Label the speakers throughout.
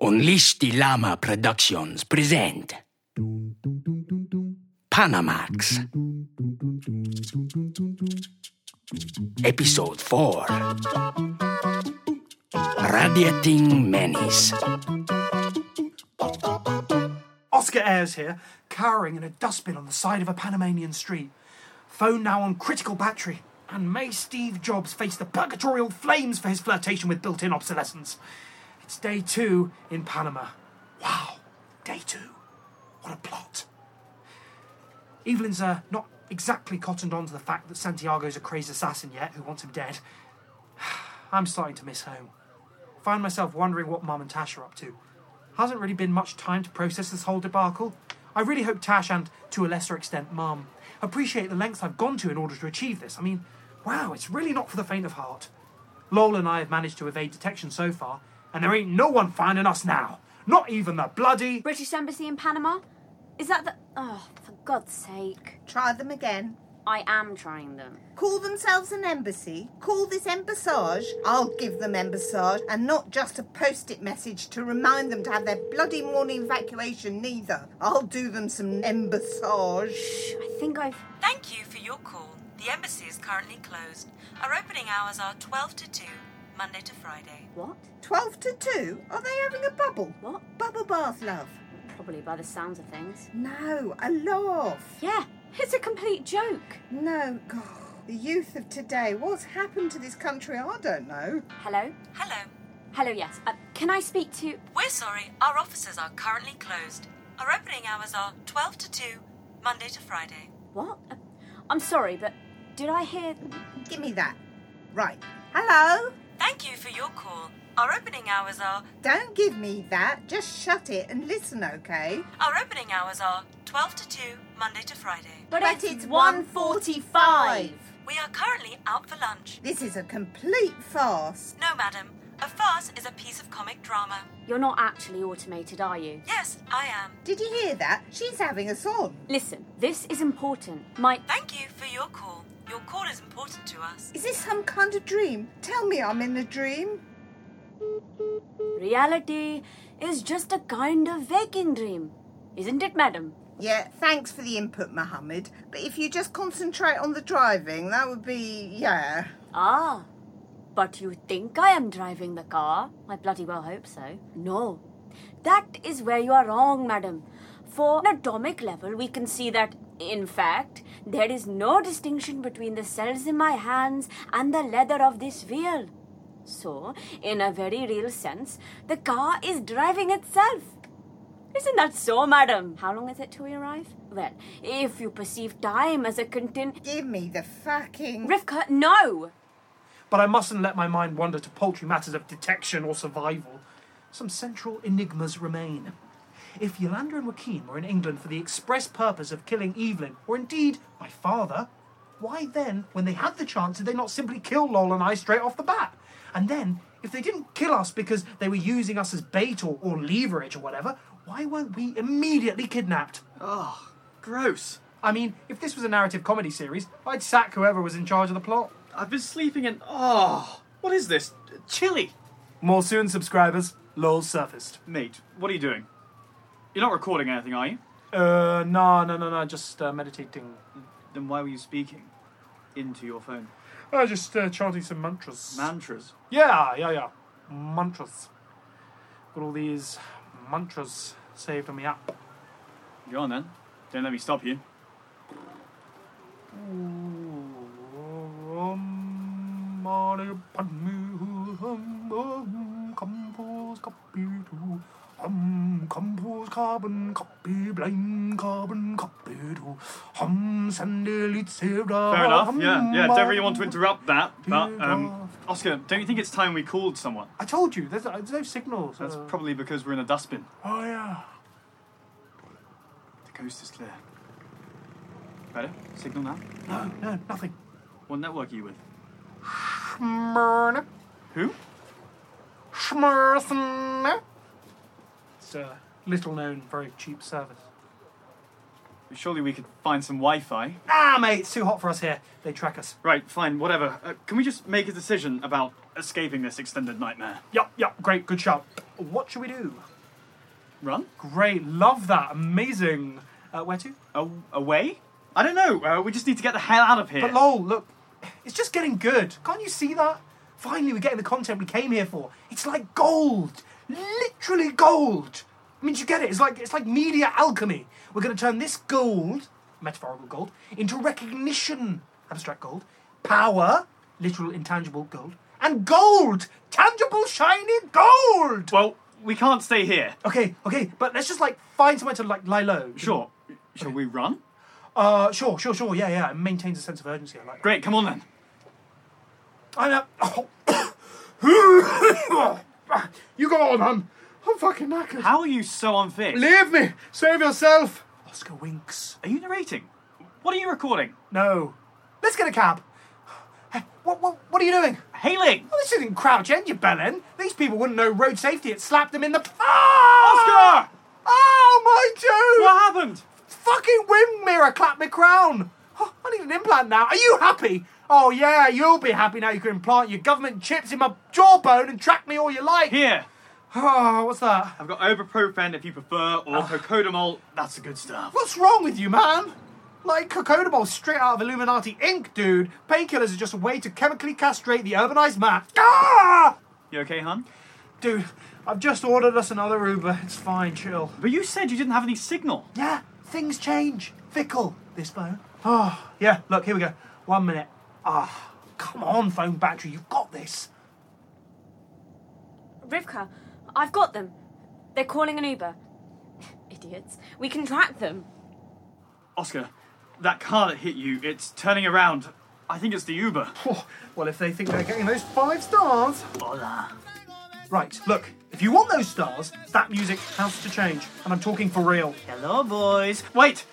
Speaker 1: Unleash the Llama Productions present Panamax Episode 4 Radiating Menace
Speaker 2: Oscar Ayres here, cowering in a dustbin on the side of a Panamanian street. Phone now on critical battery. And may Steve Jobs face the purgatorial flames for his flirtation with built in obsolescence. It's day two in Panama. Wow, day two. What a plot. Evelyn's uh, not exactly cottoned on to the fact that Santiago's a crazed assassin yet who wants him dead. I'm starting to miss home. Find myself wondering what Mum and Tash are up to hasn't really been much time to process this whole debacle. I really hope Tash and, to a lesser extent, Mum, appreciate the lengths I've gone to in order to achieve this. I mean, wow, it's really not for the faint of heart. Lowell and I have managed to evade detection so far, and there ain't no one finding us now. Not even the bloody.
Speaker 3: British Embassy in Panama? Is that the. Oh, for God's sake.
Speaker 4: Try them again.
Speaker 3: I am trying them.
Speaker 4: Call themselves an embassy. Call this embassage. I'll give them embassage and not just a post it message to remind them to have their bloody morning evacuation, neither. I'll do them some embassage.
Speaker 3: I think I've.
Speaker 5: Thank you for your call. The embassy is currently closed. Our opening hours are 12 to 2, Monday to Friday.
Speaker 3: What?
Speaker 4: 12 to 2? Are they having a bubble?
Speaker 3: What?
Speaker 4: Bubble bath, love.
Speaker 3: Probably by the sounds of things.
Speaker 4: No, a laugh.
Speaker 3: Yeah, it's a complete joke.
Speaker 4: No, God. The youth of today. What's happened to this country? I don't know.
Speaker 3: Hello?
Speaker 5: Hello.
Speaker 3: Hello, yes. Uh, can I speak to.
Speaker 5: We're sorry, our offices are currently closed. Our opening hours are 12 to 2, Monday to Friday.
Speaker 3: What? Uh, I'm sorry, but did I hear.
Speaker 4: Give me that. Right. Hello?
Speaker 5: Thank you for your call. Our opening hours are
Speaker 4: Don't give me that. Just shut it and listen, okay?
Speaker 5: our opening hours are 12 to 2, Monday to Friday.
Speaker 3: But,
Speaker 4: it's 1:45.
Speaker 5: We are currently out for lunch.
Speaker 4: This is a complete farce.
Speaker 5: No, madam. A farce is a piece of comic drama.
Speaker 3: You're not actually automated, are you?
Speaker 5: Yes, I am.
Speaker 4: Did you hear that? She's having us on.
Speaker 3: Listen, this is important. My.
Speaker 5: Thank you for your call. Your call is important to us.
Speaker 4: Is this some kind of dream? Tell me I'm in a dream.
Speaker 3: Reality is just a kind of waking dream. Isn't it, madam?
Speaker 4: Yeah, thanks for the input, Mohammed. But if you just concentrate on the driving, that would be, yeah.
Speaker 3: Ah, but you think I am driving the car? I bloody well hope so. No, that is where you are wrong, madam. For an atomic level, we can see that, in fact, there is no distinction between the cells in my hands and the leather of this wheel. So, in a very real sense, the car is driving itself. Isn't that so, madam? How long is it till we arrive? Well, if you perceive time as a contin.
Speaker 4: Give me the fucking.
Speaker 3: Rivka, no!
Speaker 2: But I mustn't let my mind wander to paltry matters of detection or survival. Some central enigmas remain. If Yolanda and Joaquin were in England for the express purpose of killing Evelyn, or indeed my father, why then, when they had the chance, did they not simply kill Lowell and I straight off the bat? And then, if they didn't kill us because they were using us as bait or, or leverage or whatever, why weren't we immediately kidnapped?
Speaker 6: Gross.
Speaker 2: I mean, if this was a narrative comedy series, I'd sack whoever was in charge of the plot.
Speaker 6: I've been sleeping in. Oh, what is this? Chili.
Speaker 2: More soon, subscribers. Lowell surfaced.
Speaker 6: Mate, what are you doing? You're not recording anything, are you?
Speaker 2: Uh, no, no, no, no, just uh, meditating.
Speaker 6: Then why were you speaking into your phone? Oh,
Speaker 2: Uh, just uh, chanting some mantras.
Speaker 6: Mantras.
Speaker 2: Yeah, yeah, yeah. Mantras. Got all these mantras saved on my app.
Speaker 6: Go on then. Don't let me stop you.
Speaker 2: Compose copy to hum, compose carbon copy, blind carbon copy to hum, sandalite sevra.
Speaker 6: Fair enough. Oh, Mm, Yeah, yeah. Don't really want to interrupt that, but um, Oscar, don't you think it's time we called someone?
Speaker 2: I told you, there's, there's no signals.
Speaker 6: That's
Speaker 2: Uh,
Speaker 6: probably because we're in a dustbin.
Speaker 2: oh yeah.
Speaker 6: The coast is clear. Better signal now.
Speaker 2: No, no, nothing.
Speaker 6: What network are you with?
Speaker 2: Schmurna,
Speaker 6: Who?
Speaker 2: schmursna. It's a little known, very cheap service.
Speaker 6: Surely we could find some Wi Fi.
Speaker 2: Ah, mate, it's too hot for us here. They track us.
Speaker 6: Right, fine, whatever. Uh, can we just make a decision about escaping this extended nightmare?
Speaker 2: Yup, yup, great, good shout. What should we do?
Speaker 6: Run?
Speaker 2: Great, love that, amazing. Uh, where to?
Speaker 6: A- away? I don't know. Uh, we just need to get the hell out of here.
Speaker 2: But lol, look, it's just getting good. Can't you see that? Finally, we're getting the content we came here for. It's like gold, literally gold. I mean, do you get it? It's like it's like media alchemy. We're going to turn this gold, metaphorical gold, into recognition, abstract gold, power, literal intangible gold, and gold, tangible shiny gold.
Speaker 6: well, we can't stay here.
Speaker 2: Okay, okay, but let's just like find somewhere to like lie low.
Speaker 6: Sure. Shall we run?
Speaker 2: Uh, sure, sure, sure. Yeah, yeah. It maintains a sense of urgency. I like.
Speaker 6: Great, come on then.
Speaker 2: I know. you go on, man. I'm fucking knackered.
Speaker 6: How are you so unfit?
Speaker 2: Leave me. Save yourself. Oscar winks.
Speaker 6: Are you narrating? What are you recording?
Speaker 2: No. Let's get a cab. Hey, What, what, what are you doing?
Speaker 6: Hailing!
Speaker 2: This isn't Crouch End, you bellend. These people wouldn't know road safety. It slapped them in the. Ah!
Speaker 6: Oscar!
Speaker 2: Oh, my dude!
Speaker 6: What happened?
Speaker 2: Fucking wind mirror clapped me crown. Oh, I need an implant now. Are you happy? Oh, yeah, you'll be happy now you can implant your government chips in my jawbone and track me all you like.
Speaker 6: Here,
Speaker 2: Oh, what's that?
Speaker 6: I've got ibuprofen if you prefer, or cocodamol. That's the good stuff.
Speaker 2: What's wrong with you, man? Like Cocodamol straight out of Illuminati Inc., dude. Painkillers are just a way to chemically castrate the urbanized man. Ah!
Speaker 6: You okay, hun?
Speaker 2: Dude, I've just ordered us another Uber. It's fine, chill.
Speaker 6: But you said you didn't have any signal.
Speaker 2: Yeah, things change. Fickle, this phone. Oh, yeah, look, here we go. One minute. Ah, come on, phone battery, you've got this.
Speaker 3: Rivka, I've got them. They're calling an Uber. Idiots. We can track them.
Speaker 6: Oscar, that car that hit you, it's turning around. I think it's the Uber.
Speaker 2: Oh, well, if they think they're getting those five stars. Right, look, if you want those stars, that music has to change. And I'm talking for real.
Speaker 6: Hello, boys. Wait!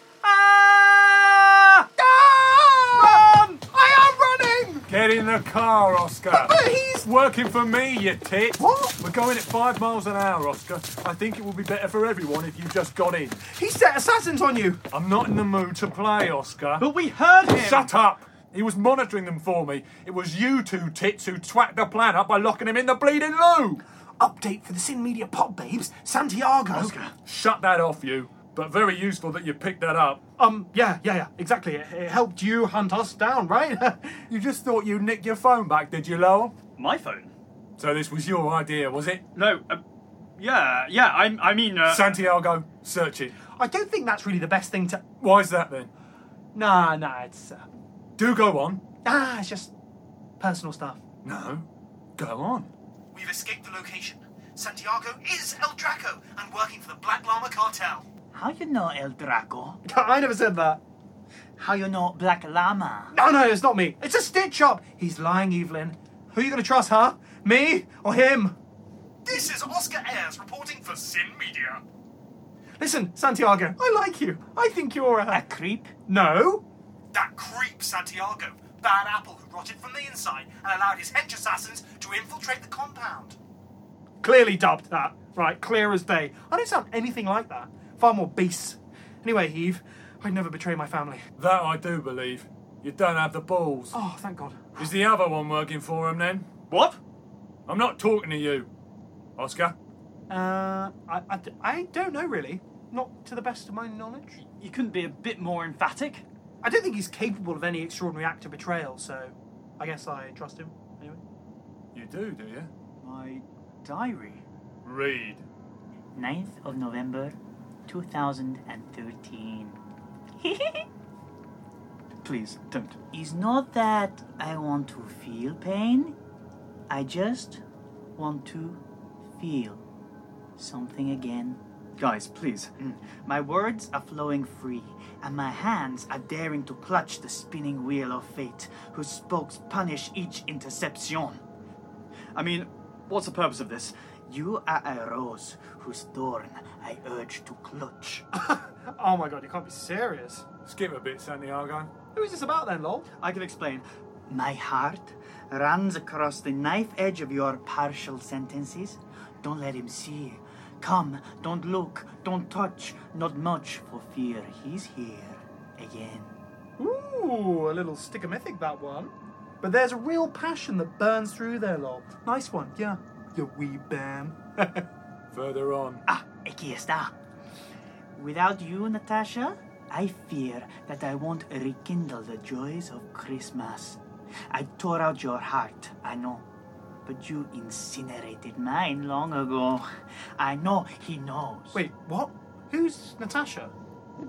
Speaker 6: Ah!
Speaker 2: Run! I am running!
Speaker 7: Get in the car, Oscar.
Speaker 2: But he's.
Speaker 7: Working for me, you tit.
Speaker 2: What?
Speaker 7: We're going at five miles an hour, Oscar. I think it would be better for everyone if you just got in.
Speaker 2: He set assassins on you!
Speaker 7: I'm not in the mood to play, Oscar.
Speaker 6: But we heard him!
Speaker 7: Shut up! He was monitoring them for me. It was you two tits who twat the plan up by locking him in the bleeding loo.
Speaker 2: Update for the Sin Media Pop Babes, Santiago.
Speaker 6: Oscar,
Speaker 7: Shut that off, you. But very useful that you picked that up.
Speaker 2: Um, yeah, yeah, yeah, exactly. It, it helped you hunt us down, right?
Speaker 7: You just thought you'd nick your phone back, did you, Lowell?
Speaker 6: my phone?
Speaker 7: So this was your idea, was it?
Speaker 6: No, uh, yeah, yeah, I, I mean, uh,
Speaker 7: Santiago, search it.
Speaker 2: I don't think that's really the best thing to.
Speaker 7: Why's that then?
Speaker 2: Nah, nah, it's. Uh...
Speaker 7: Do go on.
Speaker 2: Ah, it's just personal stuff.
Speaker 7: No. Go on.
Speaker 2: We've escaped the location. Santiago is El Draco and working for the Black Llama Cartel.
Speaker 8: How you know El Draco?
Speaker 2: I never said that.
Speaker 8: How you know Black Llama?
Speaker 2: No, no, it's not me. It's a stitch up. He's lying, Evelyn. Who are you going to trust, huh? Me or him?
Speaker 9: This is Oscar Ayres reporting for Sin Media.
Speaker 2: Listen, Santiago, I like you. I think you're a.
Speaker 8: A creep?
Speaker 2: No?
Speaker 9: That creep Santiago, bad apple who rotted from the inside and allowed his hench assassins to infiltrate the compound.
Speaker 2: Clearly dubbed that. Right, clear as day. I don't sound anything like that. Far more beast. Anyway, Eve, I'd never betray my family.
Speaker 7: That I do believe. You don't have the balls.
Speaker 2: Oh, thank God.
Speaker 7: Is the other one working for him then?
Speaker 6: what?
Speaker 7: I'm not talking to you, Oscar.
Speaker 2: Uh, I, I, d- I don't know really. Not to the best of my knowledge.
Speaker 6: You couldn't be a bit more emphatic?
Speaker 2: I don't think he's capable of any extraordinary act of betrayal, so I guess I trust him. Anyway.
Speaker 7: You do, do you?
Speaker 8: My diary.
Speaker 7: Read.
Speaker 8: 9th of November, 2013.
Speaker 6: Please, don't.
Speaker 8: It's not that I want to feel pain. I just want to feel something again. Mm.
Speaker 6: Guys, please.
Speaker 8: My words are flowing free, and my hands are daring to clutch the spinning wheel of fate, whose spokes punish each interception.
Speaker 6: I mean, what's the purpose of this?
Speaker 8: You are a rose whose thorn I urge to clutch.
Speaker 2: Oh my God, you can't be serious.
Speaker 7: Skip a bit, Santiago.
Speaker 2: Who is this about then, lol?
Speaker 6: I can explain.
Speaker 8: My heart runs across the knife edge of your partial sentences. Don't let him see. Come, don't look, don't touch, not much, for fear he's here again.
Speaker 2: Ooh, a little sticker mythic that one. But there's a real passion that burns through there, lol. Nice one, yeah. You wee bam.
Speaker 7: Further on.
Speaker 8: Ah, aquí está. Without you, Natasha, I fear that I won't rekindle the joys of Christmas. I tore out your heart, I know. But you incinerated mine long ago. I know he knows.
Speaker 2: Wait, what? Who's Natasha?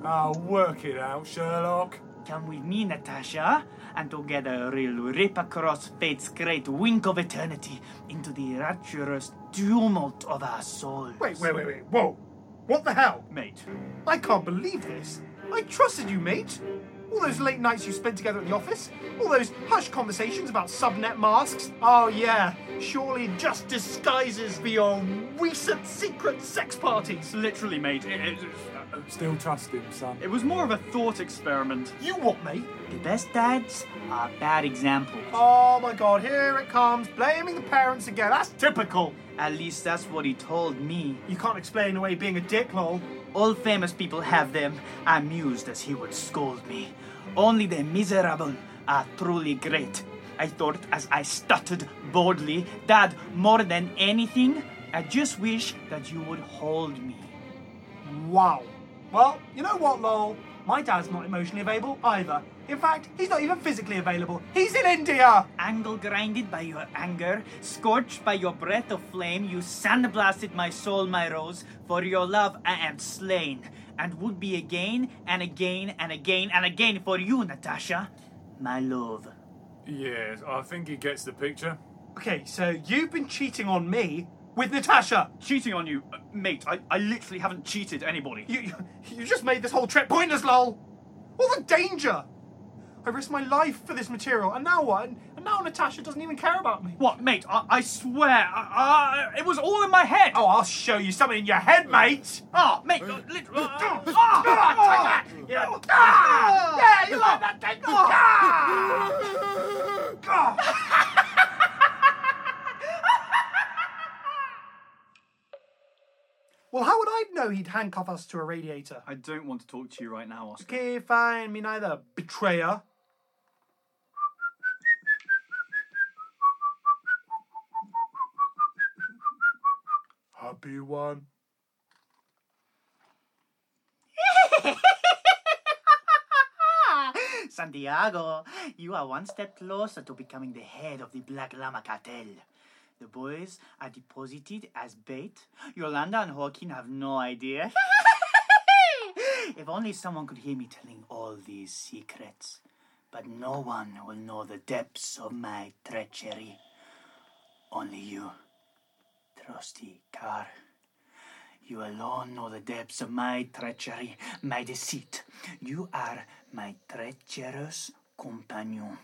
Speaker 7: Oh, work it out, Sherlock.
Speaker 8: Come with me, Natasha, and together we'll rip across fate's great wink of eternity into the rapturous tumult of our souls.
Speaker 2: Wait, wait, wait, wait. Whoa. What the hell?
Speaker 6: Mate.
Speaker 2: I can't believe this. I trusted you, mate. All those late nights you spent together at the office, all those hush conversations about subnet masks. Oh, yeah, surely just disguises for your recent secret sex parties.
Speaker 6: Literally, mate. It, it, uh,
Speaker 7: Still trust him, son.
Speaker 6: it was more of a thought experiment.
Speaker 2: You what, mate?
Speaker 8: The best dads are bad examples.
Speaker 2: Oh my god, here it comes, blaming the parents again. That's typical.
Speaker 8: At least that's what he told me.
Speaker 2: You can't explain away being a dick, lol.
Speaker 8: All famous people have them. I'm used as he would scold me. Only the miserable are truly great. I thought as I stuttered boldly that more than anything, I just wish that you would hold me.
Speaker 2: Wow. Well, you know what, lol? My dad's not emotionally available either. In fact, he's not even physically available. He's in India!
Speaker 8: Angle grinded by your anger, scorched by your breath of flame, you sandblasted my soul, my rose. For your love, I am slain, and would be again and again and again and again for you, Natasha, my love.
Speaker 7: Yes, I think he gets the picture.
Speaker 2: Okay, so you've been cheating on me with Natasha.
Speaker 6: Cheating on you, uh, mate. I, I literally haven't cheated anybody.
Speaker 2: You, you, you just made this whole trip pointless, lol. All the danger. I risked my life for this material, and now what? And, and now Natasha doesn't even care about me.
Speaker 6: What, mate? I, I swear, I, I, it was all in my head.
Speaker 2: Oh, I'll show you something in your head, mate.
Speaker 6: Ah, mate, uh, literally. oh.
Speaker 2: Ah, ah, take that. Yeah, ah, yeah, you like that thing. Ah. Ah. Well, how would I know he'd handcuff us to a radiator?
Speaker 6: I don't want to talk to you right now, Oscar.
Speaker 2: Okay, fine, me neither. Betrayer. Happy one.
Speaker 8: Santiago, you are one step closer to becoming the head of the Black Llama cartel. The boys are deposited as bait. Yolanda and Joaquin have no idea. if only someone could hear me telling all these secrets. But no one will know the depths of my treachery. Only you, trusty Car. You alone know the depths of my treachery, my deceit. You are my treacherous companion.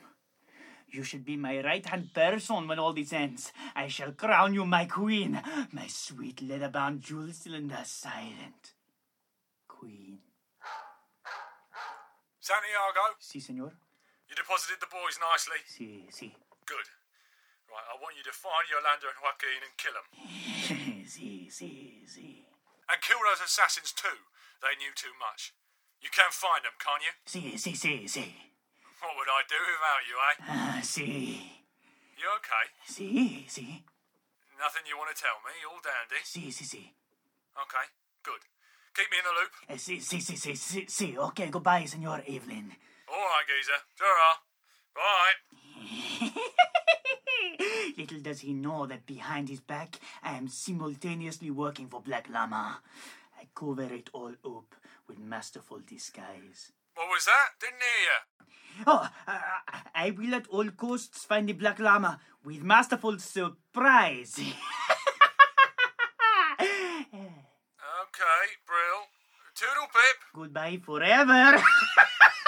Speaker 8: You should be my right hand person when all this ends. I shall crown you my queen, my sweet leather bound jewel cylinder silent. Queen.
Speaker 9: Santiago,
Speaker 8: Si, senor?
Speaker 9: you deposited the boys nicely.
Speaker 8: Si, si.
Speaker 9: Good. Right, I want you to find Yolanda and Joaquin and kill them.
Speaker 8: si, si, si.
Speaker 9: And kill those assassins too. They knew too much. You can find them, can't you?
Speaker 8: Si, si, si, si.
Speaker 9: What would I do without you, eh?
Speaker 8: Ah, si.
Speaker 9: You okay?
Speaker 8: Si, si.
Speaker 9: Nothing you want to tell me? All dandy?
Speaker 8: Si, si, si.
Speaker 9: Okay, good. Keep me in the loop.
Speaker 8: Eh, Si, si, si, si, si, si. Okay, goodbye, senor Evelyn.
Speaker 9: All right, geezer. Ta-ra. Bye.
Speaker 8: Little does he know that behind his back, I am simultaneously working for Black Llama. I cover it all up with masterful disguise.
Speaker 9: What was that? Didn't hear you.
Speaker 8: Oh, uh, I will at all costs find the Black Llama with masterful surprise. Eh,
Speaker 9: Okay, Brill. Toodle pip.
Speaker 8: Goodbye forever.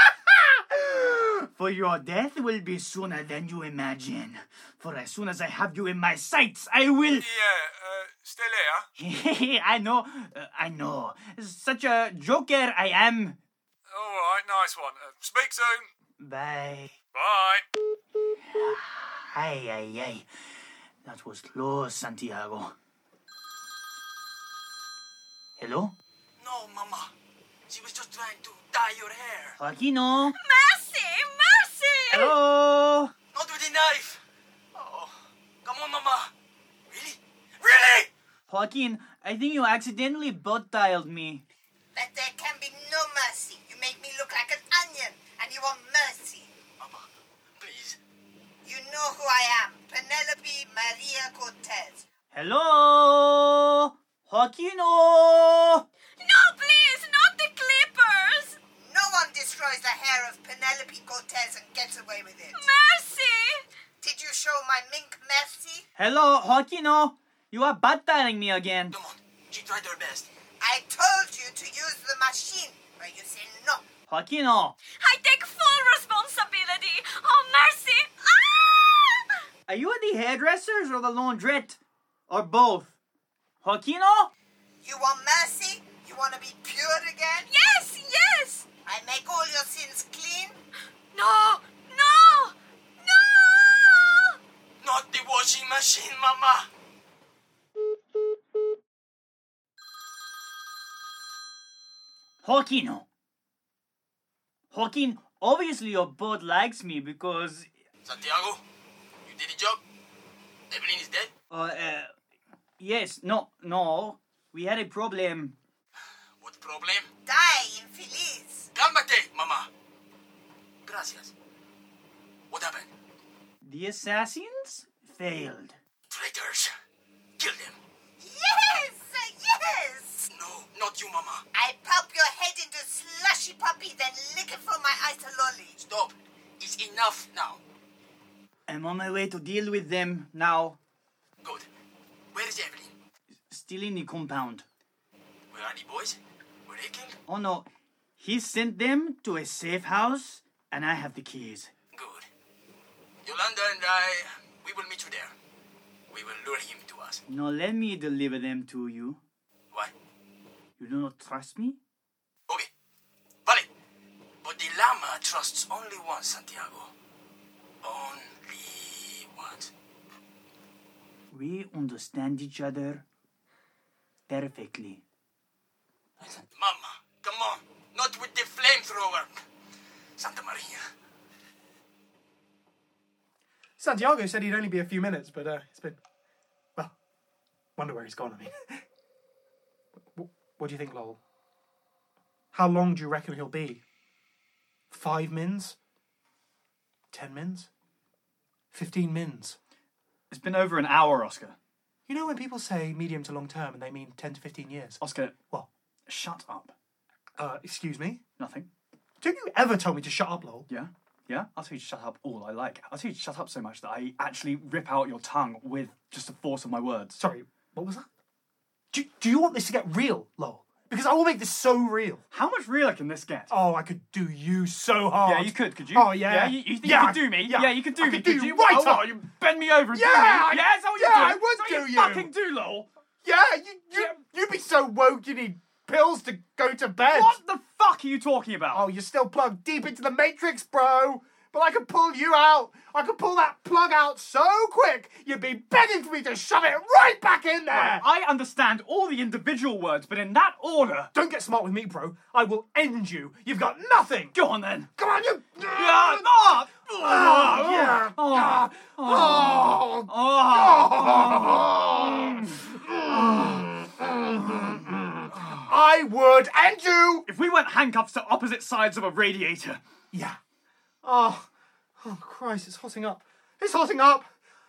Speaker 8: For your death will be sooner than you imagine. For as soon as I have you in my sights, I will.
Speaker 9: Yeah, uh, still here.
Speaker 8: I know, uh, I know. Such a joker I am.
Speaker 9: All right, nice one. Uh, speak soon.
Speaker 8: Bye.
Speaker 9: Bye.
Speaker 8: Ay, ay, ay. That was close, Santiago. Hello?
Speaker 9: No, Mama. She was just trying to dye your hair.
Speaker 8: Joaquino?
Speaker 3: Mercy! Mercy!
Speaker 8: Hello?
Speaker 9: Not with the knife. Oh, come on, Mama. Really? Really?
Speaker 8: Joaquin, I think you accidentally butt dialed me.
Speaker 4: But there can be no mercy. You make me look like an onion, and you want mercy.
Speaker 9: Mama, please.
Speaker 4: You know who I am Penelope Maria Cortez.
Speaker 8: Hello? Joaquino?
Speaker 3: No, please! Not the clippers!
Speaker 4: No one destroys the hair of Penelope Cortez and gets away with it.
Speaker 3: Mercy!
Speaker 4: Did you show my mink mercy?
Speaker 8: Hello, Joaquino? You are butt dialing me again.
Speaker 9: Come on. She tried her best.
Speaker 4: I told you to use the machine, but you say no.
Speaker 8: Joaquino,
Speaker 3: I take full responsibility! Oh, mercy! Ah!
Speaker 8: are you at the hairdresser's or the laundrette? Or both? Joaquino?
Speaker 4: You want mercy? You want to be pure again?
Speaker 3: Yes, yes!
Speaker 4: I make all your sins clean?
Speaker 3: No, no, no!
Speaker 9: Not the washing machine, Mama.
Speaker 8: Joaquino. Joaquin, obviously your bird likes me because.
Speaker 9: Santiago, you did the job. Evelyn is dead.
Speaker 8: Uh, uh, yes, no, no. We had a problem.
Speaker 9: What problem?
Speaker 4: Die, infeliz.
Speaker 9: Cálmate, Mama. Gracias. What happened?
Speaker 8: The assassins failed.
Speaker 9: Traitors. Kill them.
Speaker 4: Yes, yes.
Speaker 9: No, not you, Mama.
Speaker 4: I pop your head into slushy puppy, then lick it from my isololi.
Speaker 9: Stop. It's enough now.
Speaker 8: I'm on my way to deal with them now.
Speaker 9: Good. Where is Evelyn?
Speaker 8: Still in the compound.
Speaker 9: Where are the boys? Were they killed?
Speaker 8: Oh no, he sent them to a safe house, and I have the keys.
Speaker 9: Good. Yolanda and I, we will meet you there. We will lure him to us.
Speaker 8: Now let me deliver them to you.
Speaker 9: Why?
Speaker 8: You do not trust me?
Speaker 9: Okay. Vale. But the llama trusts only one, Santiago. Only one.
Speaker 8: We understand each other perfectly.
Speaker 9: Mama, come on. Not with the flamethrower. Santa Maria.
Speaker 2: Santiago said he'd only be a few minutes, but uh, it's been. Well, wonder where he's gone, I mean. Wh- what do you think, Lowell? How long do you reckon he'll be? Five mins? Ten mins? Fifteen mins?
Speaker 6: It's been over an hour, Oscar.
Speaker 2: You know when people say medium to long term and they mean 10 to 15 years?
Speaker 6: Oscar,
Speaker 2: Well,
Speaker 6: shut up.
Speaker 2: uh, excuse me?
Speaker 6: Nothing.
Speaker 2: Don't you ever tell me to shut up, Lowell?
Speaker 6: Yeah? Yeah? I'll tell you to shut up all I like. I'll tell you to shut up so much that I actually rip out your tongue with just the force of my words.
Speaker 2: Sorry, what was that? Do, do you want this to get real, Lowell? Because I will make this so real.
Speaker 6: How much realer can this get?
Speaker 2: Oh, I could do you so hard.
Speaker 6: Yeah, you could, could you?
Speaker 2: Oh, yeah.
Speaker 6: Yeah, you, you think
Speaker 2: Yeah,
Speaker 6: you could do me?
Speaker 2: yeah.
Speaker 6: Yeah, you could do
Speaker 2: I
Speaker 6: me.
Speaker 2: could do you
Speaker 6: you?
Speaker 2: right
Speaker 6: oh,
Speaker 2: up.
Speaker 6: what, you bend me over and
Speaker 2: Yeah,
Speaker 6: do
Speaker 2: I-
Speaker 6: me. Yeah, that's all you
Speaker 2: yeah,
Speaker 6: do.
Speaker 2: I would
Speaker 6: That's
Speaker 2: do
Speaker 6: all
Speaker 2: you.
Speaker 6: fucking do, lol.
Speaker 2: Yeah, you, you, you'd be so woke you need pills to go to bed.
Speaker 6: What the fuck are you talking about?
Speaker 2: Oh, you're still plugged deep into the matrix, bro. But I could pull you out. I could pull that plug out so quick, you'd be begging for me to shove it right back in there.
Speaker 6: I understand all the individual words, but in that order.
Speaker 2: Don't get smart with me, bro. I will end you. You've got nothing.
Speaker 6: Go on then.
Speaker 2: Come on, you.
Speaker 6: Yeah, ah, ah,
Speaker 2: Oh, yeah.
Speaker 6: ah,
Speaker 2: Oh,
Speaker 6: ah.
Speaker 2: I would end you.
Speaker 6: If we weren't handcuffed to opposite sides of a radiator.
Speaker 2: Yeah. Oh, oh Christ, it's hotting up. It's hotting up.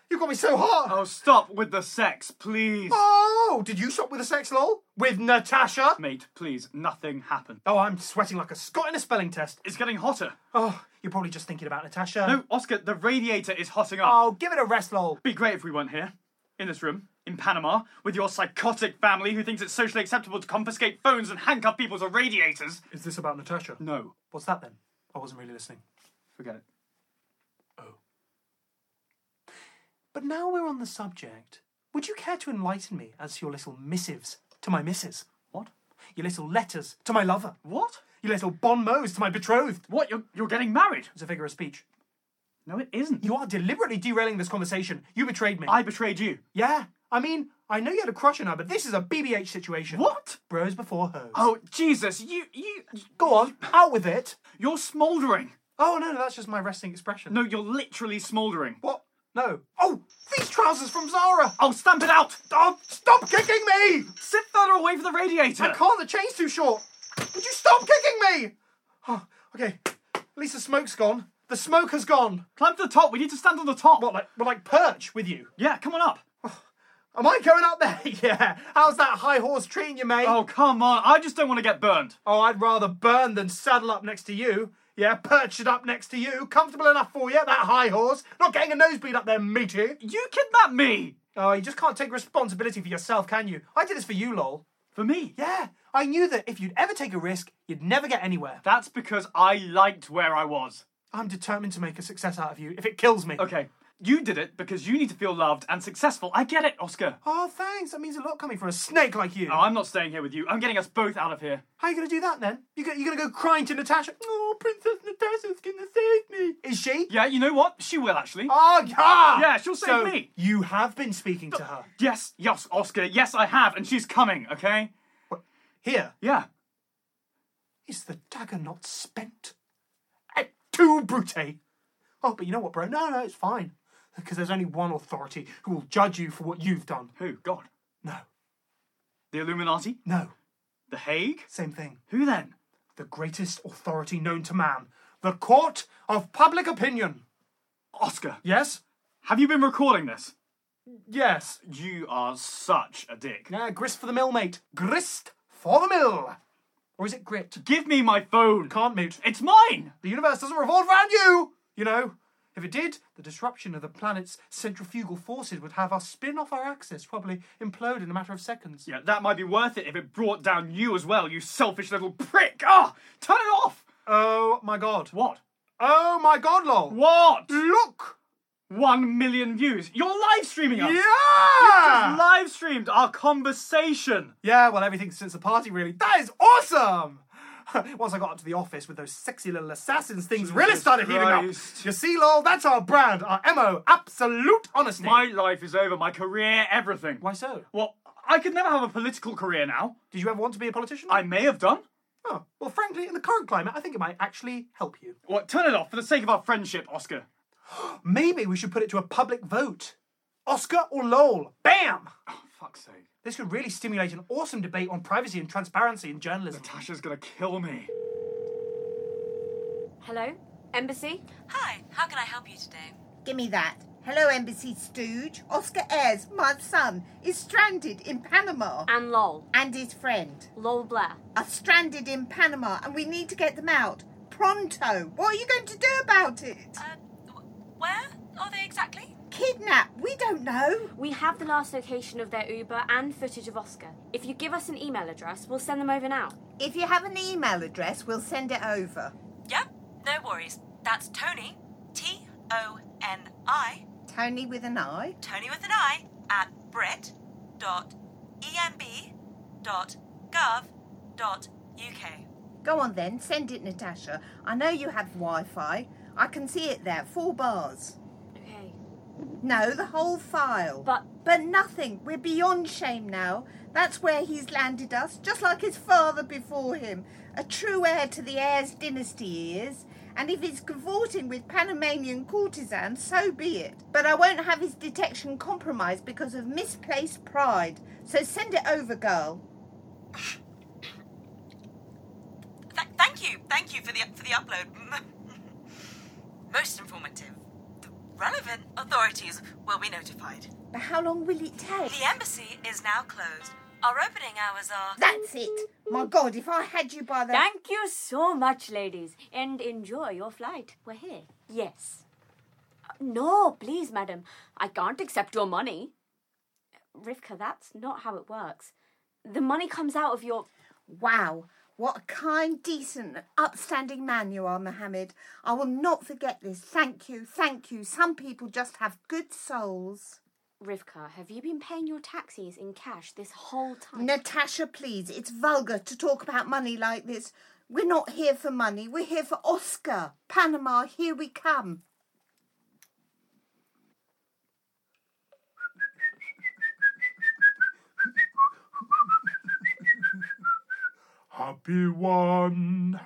Speaker 2: You got me so hot.
Speaker 6: Oh, stop with the sex, please.
Speaker 2: Oh, did you shop with a sex lol? With Natasha?
Speaker 6: Mate, please, nothing happened.
Speaker 2: Oh, I'm sweating like a Scot in a spelling test.
Speaker 6: It's getting hotter.
Speaker 2: Oh, you're probably just thinking about Natasha.
Speaker 6: No, Oscar, the radiator is hotting up.
Speaker 2: Oh, give it a rest, lol.
Speaker 6: Be great if we weren't here, in this room, in Panama, with your psychotic family who thinks it's socially acceptable to confiscate phones and handcuff people to radiators.
Speaker 2: Is this about Natasha?
Speaker 6: No,
Speaker 2: What's that then? I wasn't really listening.
Speaker 6: forget it.
Speaker 2: But now we're on the subject. Would you care to enlighten me as to your little missives to my missus?
Speaker 6: What?
Speaker 2: Your little letters to my lover?
Speaker 6: What?
Speaker 2: Your little bon mots to my betrothed?
Speaker 6: What? You're, you're getting married?
Speaker 2: It's a figure of speech.
Speaker 6: No, it isn't.
Speaker 2: You are deliberately derailing this conversation. You betrayed me.
Speaker 6: I betrayed you.
Speaker 2: Yeah, I mean, I know you had a crush on her, but this is a BBH situation.
Speaker 6: What?
Speaker 2: Bros before hoes.
Speaker 6: Oh, Jesus, you, you,
Speaker 2: go on, out with it.
Speaker 6: you're smouldering.
Speaker 2: Oh, no, no, that's just my resting expression.
Speaker 6: No, you're literally smouldering.
Speaker 2: What? No. Oh, these trousers from Zara.
Speaker 6: Oh, stamp it out!
Speaker 2: Oh, stop kicking me!
Speaker 6: Sit further away from the radiator!
Speaker 2: I can't, the chain's too short. Would you stop kicking me? Oh, okay, at least the smoke's gone. The smoke has gone.
Speaker 6: Climb to the top, we need to stand on the top!
Speaker 2: What, like, we're like perch with you?
Speaker 6: Yeah, come on up!
Speaker 2: Am I going up there? yeah. How's that high horse treating you, mate?
Speaker 6: Oh, come on, I just don't want to get burned.
Speaker 2: Oh, I'd rather burn than saddle up next to you. Yeah, perch it up next to you. Comfortable enough for you, that high horse. Not getting a nosebleed up there, meaty.
Speaker 6: You kidnapped me!
Speaker 2: Oh, you just can't take responsibility for yourself, can you? I did this for you, lol.
Speaker 6: For me?
Speaker 2: Yeah, I knew that if you'd ever take a risk, you'd never get anywhere.
Speaker 6: That's because I liked where I was.
Speaker 2: I'm determined to make a success out of you if it kills me.
Speaker 6: Okay, you did it because you need to feel loved and successful. I get it, Oscar.
Speaker 2: Oh, thanks. That means a lot coming from a snake like you.
Speaker 6: No, I'm not staying here with you. I'm getting us both out of here.
Speaker 2: How are you going to do that then? You go, you're going to go crying to Natasha. Oh, Princess Natasha's going to save me. Is she?
Speaker 6: Yeah, you know what? She will actually.
Speaker 2: Oh, yeah.
Speaker 6: Yeah, she'll save
Speaker 2: So,
Speaker 6: me.
Speaker 2: You have been speaking to her.
Speaker 6: Yes, yes, Oscar. Yes, I have, and she's coming. Okay.
Speaker 2: Here.
Speaker 6: Yeah.
Speaker 2: Is the dagger not spent? Et tu, Brute? Oh, but you know what, bro? No, no, it's fine. Because there's only one authority who will judge you for what you've done.
Speaker 6: Who? God.
Speaker 2: No,
Speaker 6: The Illuminati?
Speaker 2: no,
Speaker 6: The Hague?
Speaker 2: same thing.
Speaker 6: Who then?
Speaker 2: The greatest authority known to man. The Court of Public Opinion.
Speaker 6: Oscar.
Speaker 2: Yes?
Speaker 6: Have you been recording this?
Speaker 2: Yes.
Speaker 6: You are such a dick.
Speaker 2: Yeah, grist for the mill, mate. Grist for the mill. Or is it grit?
Speaker 6: Give me my phone.
Speaker 2: Can't mute.
Speaker 6: It's mine.
Speaker 2: The universe doesn't revolve around you, you know. If it did, the disruption of the planet's centrifugal forces would have us spin off our axis, probably implode in a matter of seconds.
Speaker 6: Yeah, that might be worth it if it brought down you as well, you selfish little prick. Ah, turn it off.
Speaker 2: Oh my god.
Speaker 6: What?
Speaker 2: Oh my god, lol.
Speaker 6: What?
Speaker 2: Look!
Speaker 6: One million views. You're live streaming us.
Speaker 2: Yeah!
Speaker 6: Live streamed our conversation.
Speaker 2: Yeah, well, everything since the party, really. That is awesome! Once I got up to the office with those sexy little assassins, things really started heating
Speaker 6: Christ.
Speaker 2: up. You see, lol, that's our brand, our MO, absolute honesty.
Speaker 6: My life is over. My career, everything.
Speaker 2: Why so?
Speaker 6: Well, I could never have a political career now.
Speaker 2: Did you ever want to be a politician?
Speaker 6: I may have done.
Speaker 2: Oh, well, frankly, in the current climate, I think it might actually help you.
Speaker 6: Well, turn it off for the sake of our friendship, Oscar.
Speaker 2: Maybe we should put it to a public vote. Oscar or LOL? Bam!
Speaker 6: Fuck's sake.
Speaker 2: This could really stimulate an awesome debate on privacy and transparency in journalism.
Speaker 6: Tasha's gonna kill me.
Speaker 3: Hello? Embassy?
Speaker 5: Hi, how can I help you today?
Speaker 4: Give me that. Hello, Embassy Stooge. Oscar Ayres, my son, is stranded in Panama.
Speaker 3: And Lol.
Speaker 4: And his friend
Speaker 3: Lol Blair.
Speaker 4: are stranded in Panama, and we need to get them out. Pronto. What are you going to do about it?
Speaker 5: Uh, wh- where are they exactly?
Speaker 4: Kidnap. We don't know.
Speaker 3: We have the last location of their Uber and footage of Oscar. If you give us an email address, we'll send them over now.
Speaker 4: If you have an email address, we'll send it over.
Speaker 5: Yep, no worries. That's Tony, T O N I,
Speaker 4: Tony with an I.
Speaker 5: Tony with an I, at E brit.emb.gov.uk.
Speaker 4: Go on then, send it, Natasha. I know you have Wi Fi. I can see it there, four bars.
Speaker 3: Okay.
Speaker 4: No, the whole file.
Speaker 3: But-
Speaker 4: but nothing. We're beyond shame now. That's where he's landed us, just like his father before him. A true heir to the heirs dynasty he is. And if he's cavorting with Panamanian courtesans, so be it. But I won't have his detection compromised because of misplaced pride. So send it over, girl.
Speaker 5: Th- thank you, thank you for the for the upload. Most informative. The relevant authorities will be notified.
Speaker 4: But how long will it take?
Speaker 5: The embassy is now closed. Our opening hours are.
Speaker 4: That's it. My God, if I had you by the.
Speaker 3: Thank you so much, ladies, and enjoy your flight. We're here. Yes. Uh, No, please, madam. I can't accept your money. Rivka, that's not how it works. The money comes out of your.
Speaker 4: Wow, what a kind, decent, upstanding man you are, Mohammed. I will not forget this. Thank you, thank you. Some people just have good souls.
Speaker 3: Rivka, have you been paying your taxis in cash this whole time?
Speaker 4: Natasha, please, it's vulgar to talk about money like this. We're not here for money, we're here for Oscar. Panama, here we come.
Speaker 10: happy one.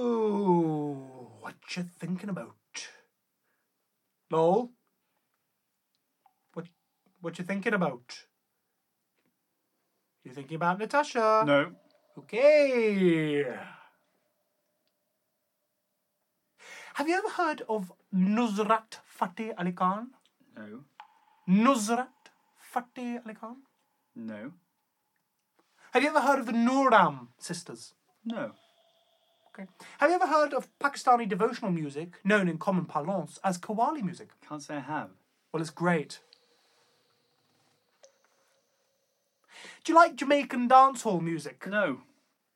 Speaker 2: So, what you thinking about? Lol? What, what you thinking about? You thinking about Natasha?
Speaker 6: No.
Speaker 2: Okay. Have you ever heard of Nusrat Fateh Ali Khan?
Speaker 6: No.
Speaker 2: Nusrat Fateh Ali Khan?
Speaker 6: No.
Speaker 2: Have you ever heard of the Nuram sisters?
Speaker 6: No.
Speaker 2: Okay. Have you ever heard of Pakistani devotional music, known in common parlance as Qawwali music?
Speaker 6: Can't say I have.
Speaker 2: Well, it's great. Do you like Jamaican dancehall music?
Speaker 6: No.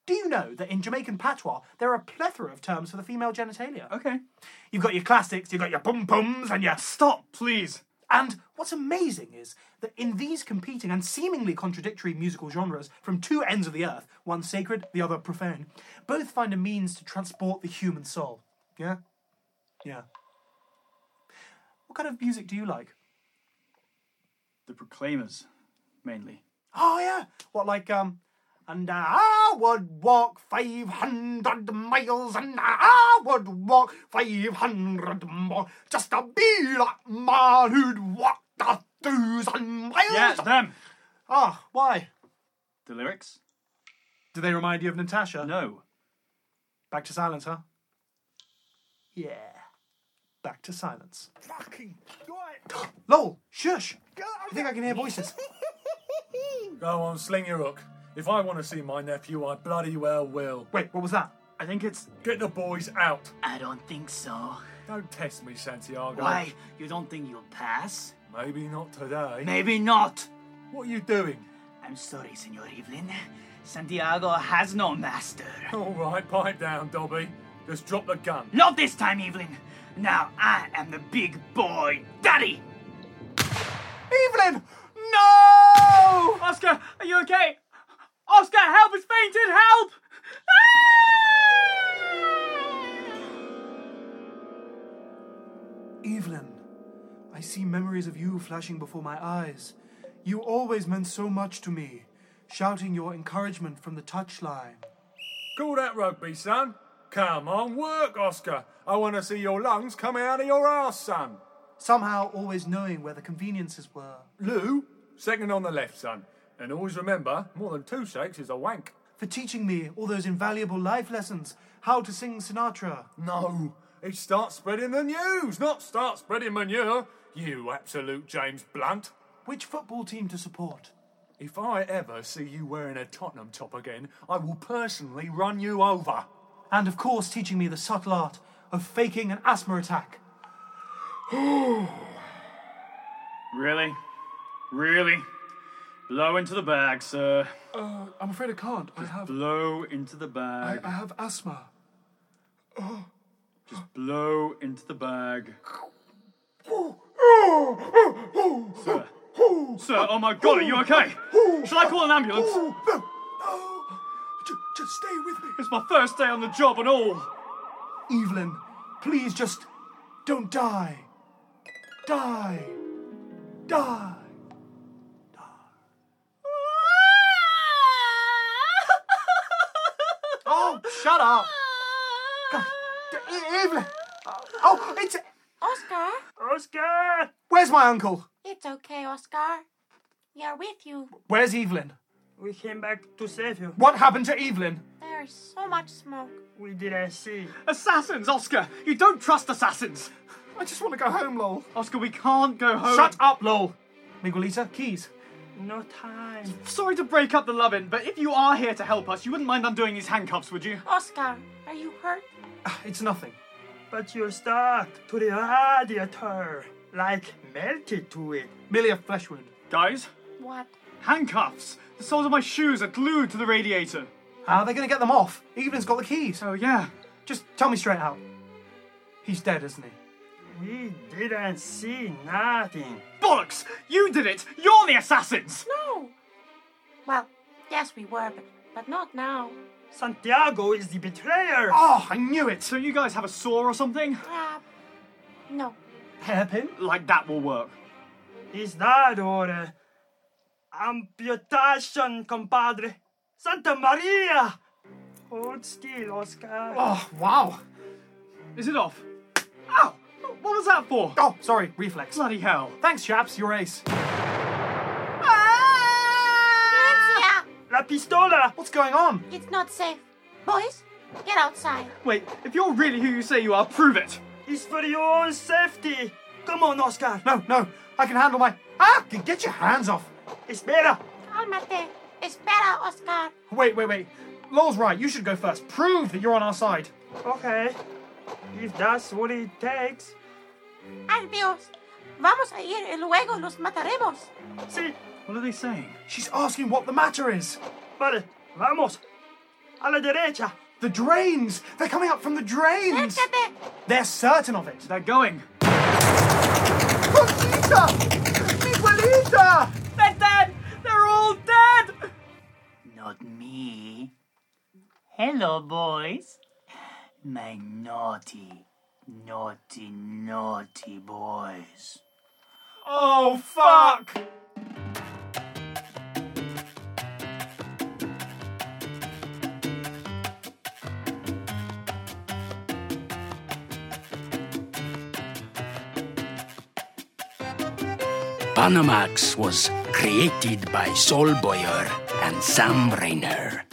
Speaker 2: Do you know that in Jamaican patois there are a plethora of terms for the female genitalia?
Speaker 6: Okay.
Speaker 2: You've got your classics, you've got your pum pums, and your
Speaker 6: Stop, please.
Speaker 2: And what's amazing is that in these competing and seemingly contradictory musical genres from two ends of the earth, one sacred, the other profane, both find a means to transport the human soul. Yeah? Yeah. What kind of music do you like?
Speaker 6: The Proclaimers, mainly.
Speaker 2: Oh, yeah. What, like, um, and I would walk 500 miles, and I would walk 500 more just to be that man who'd walked a thousand miles.
Speaker 6: Yeah, them.
Speaker 2: Ah, why?
Speaker 6: The lyrics?
Speaker 2: Do they remind you of Natasha?
Speaker 6: No.
Speaker 2: Back to silence, huh? Yeah. Back to silence.
Speaker 10: Fucking right.
Speaker 2: Lol, shush! I think I can hear voices.
Speaker 7: Go on, sling your Oh, hook. If I want to see my nephew, I bloody well will.
Speaker 2: Wait, what was that?
Speaker 6: I think it's.
Speaker 7: Get the boys out.
Speaker 8: I don't think so.
Speaker 7: Don't test me, Santiago.
Speaker 8: Why? You don't think you'll pass?
Speaker 7: Maybe not today.
Speaker 8: Maybe not.
Speaker 7: What are you doing?
Speaker 8: I'm sorry, Senor Evelyn. Santiago has no master.
Speaker 7: All right, pipe down, Dobby. Just drop the gun.
Speaker 8: Not this time, Evelyn. Now I am the big boy daddy.
Speaker 2: Evelyn! No!
Speaker 6: Oscar, are you okay? Oscar, help! It's fainted! Help! Ah!
Speaker 2: Evelyn, I see memories of you flashing before my eyes. You always meant so much to me, shouting your encouragement from the touchline.
Speaker 7: Call that rugby, son. Come on, work, Oscar. I want to see your lungs coming out of your ass, son.
Speaker 2: Somehow always knowing where the conveniences were.
Speaker 7: Lou, second on the left, son. And always remember, more than two shakes is a wank.
Speaker 2: For teaching me all those invaluable life lessons, how to sing Sinatra.
Speaker 7: No, it starts spreading the news, not start spreading manure. You absolute James Blunt.
Speaker 2: Which football team to support?
Speaker 7: If I ever see you wearing a Tottenham top again, I will personally run you over.
Speaker 2: and of course teaching me the subtle art of faking an asthma attack.
Speaker 6: Really? Really? Blow into the bag, sir.
Speaker 10: Uh, I'm afraid I can't. I have
Speaker 6: Blow into the
Speaker 10: I,
Speaker 6: bag.
Speaker 10: I have asthma.
Speaker 6: Blow into the bag. Sir. Sir, oh my god, are you okay? Shall I call an ambulance?
Speaker 10: Oh, no, no. Just, just stay with me.
Speaker 6: It's my first day on the job and all.
Speaker 2: Evelyn, please just don't die. Die. Die. Oh, shut up. God, E- Evelyn. Oh, it's.
Speaker 11: Oscar,
Speaker 6: Oscar!
Speaker 2: Where's my uncle?
Speaker 11: it's okay, Oscar. We are with you.
Speaker 2: Where's Evelyn?
Speaker 12: We came back to save you.
Speaker 2: What happened to Evelyn?
Speaker 11: There is so much smoke.
Speaker 12: We didn't see.
Speaker 6: Assassins, Oscar! You don't trust assassins!
Speaker 2: I just want to go home, lol.
Speaker 6: Oscar, we can't go home.
Speaker 2: Shut up, lol. Miguelita, keys.
Speaker 12: No time.
Speaker 6: Sorry to break up the lovin', but if you are here to help us, you wouldn't mind undoing these handcuffs, would you?
Speaker 11: Oscar, are you hurt?
Speaker 2: Ah, It's nothing.
Speaker 12: But you're stuck to the radiator. Like melted to it.
Speaker 2: Merely a flesh wound.
Speaker 6: Guys,
Speaker 11: What?
Speaker 6: handcuffs! The soles of my shoes are glued to the radiator.
Speaker 2: How are they going to get them off? Evelyn's got the keys.
Speaker 6: Oh, yeah.
Speaker 2: Just tell me straight out. He's dead, isn't he?
Speaker 12: We didn't see nothing.
Speaker 6: Bollocks! You did it! You're the assassins!
Speaker 11: No. Well, yes, we were, but, but not now.
Speaker 12: Santiago is the betrayer.
Speaker 2: Oh, I knew it.
Speaker 6: So you guys have a saw or something?
Speaker 11: Uh, no.
Speaker 2: Hairpin?
Speaker 6: Like that will work.
Speaker 12: Is that or uh, Amputation, compadre. Santa Maria! Hold still, Oscar.
Speaker 2: Oh, wow.
Speaker 6: Is it off? Ow! What was that for?
Speaker 2: Oh, sorry, reflex.
Speaker 6: Bloody hell.
Speaker 2: Thanks, chaps, you're ace.
Speaker 12: La pistola!
Speaker 2: What's going on?
Speaker 11: It's not safe. Boys, get outside.
Speaker 6: Wait, if you're really who you say you are, prove it.
Speaker 12: It's for your own safety. Come on, Oscar.
Speaker 2: No, no, I can handle my. Ah! g- Get your hands off!
Speaker 12: Espera!
Speaker 11: Cálmate. Espera, Oscar.
Speaker 2: Wait, wait, wait. Lowell's right, you should go first. Prove that you're on our side.
Speaker 12: Okay. If that's what it takes.
Speaker 11: Adiós. Vamos a ir y luego los mataremos.
Speaker 12: Sí,
Speaker 6: What are they saying?
Speaker 2: She's asking what the matter is.
Speaker 12: vale. Vamos. A la derecha.
Speaker 2: The drains! They're coming up from the drains!
Speaker 11: Acércate.
Speaker 2: They're certain of it.
Speaker 6: They're going.
Speaker 2: Coquita! Miguelita!
Speaker 6: They're dead! They're all dead!
Speaker 8: Not me. Hello, boys. My naughty, naughty, naughty boys.
Speaker 6: Oh, fuck!
Speaker 1: Panamax was created by Sol Boyer and Sam Rainer.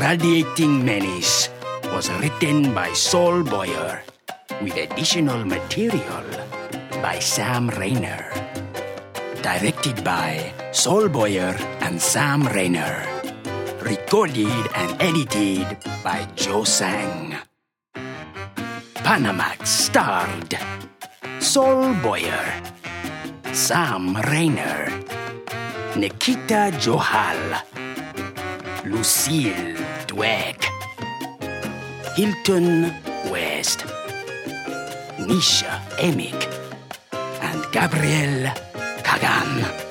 Speaker 1: Radiating Menace was written by Sol Boyer with additional material by Sam Rainer. Directed by Sol Boyer and Sam Rainer. Recorded and edited by Joe Sang. Panamax starred Sol Boyer. Sam Rainer, Nikita Johal, Lucille Dweck, Hilton West, Nisha Emick, and Gabriel Kagan.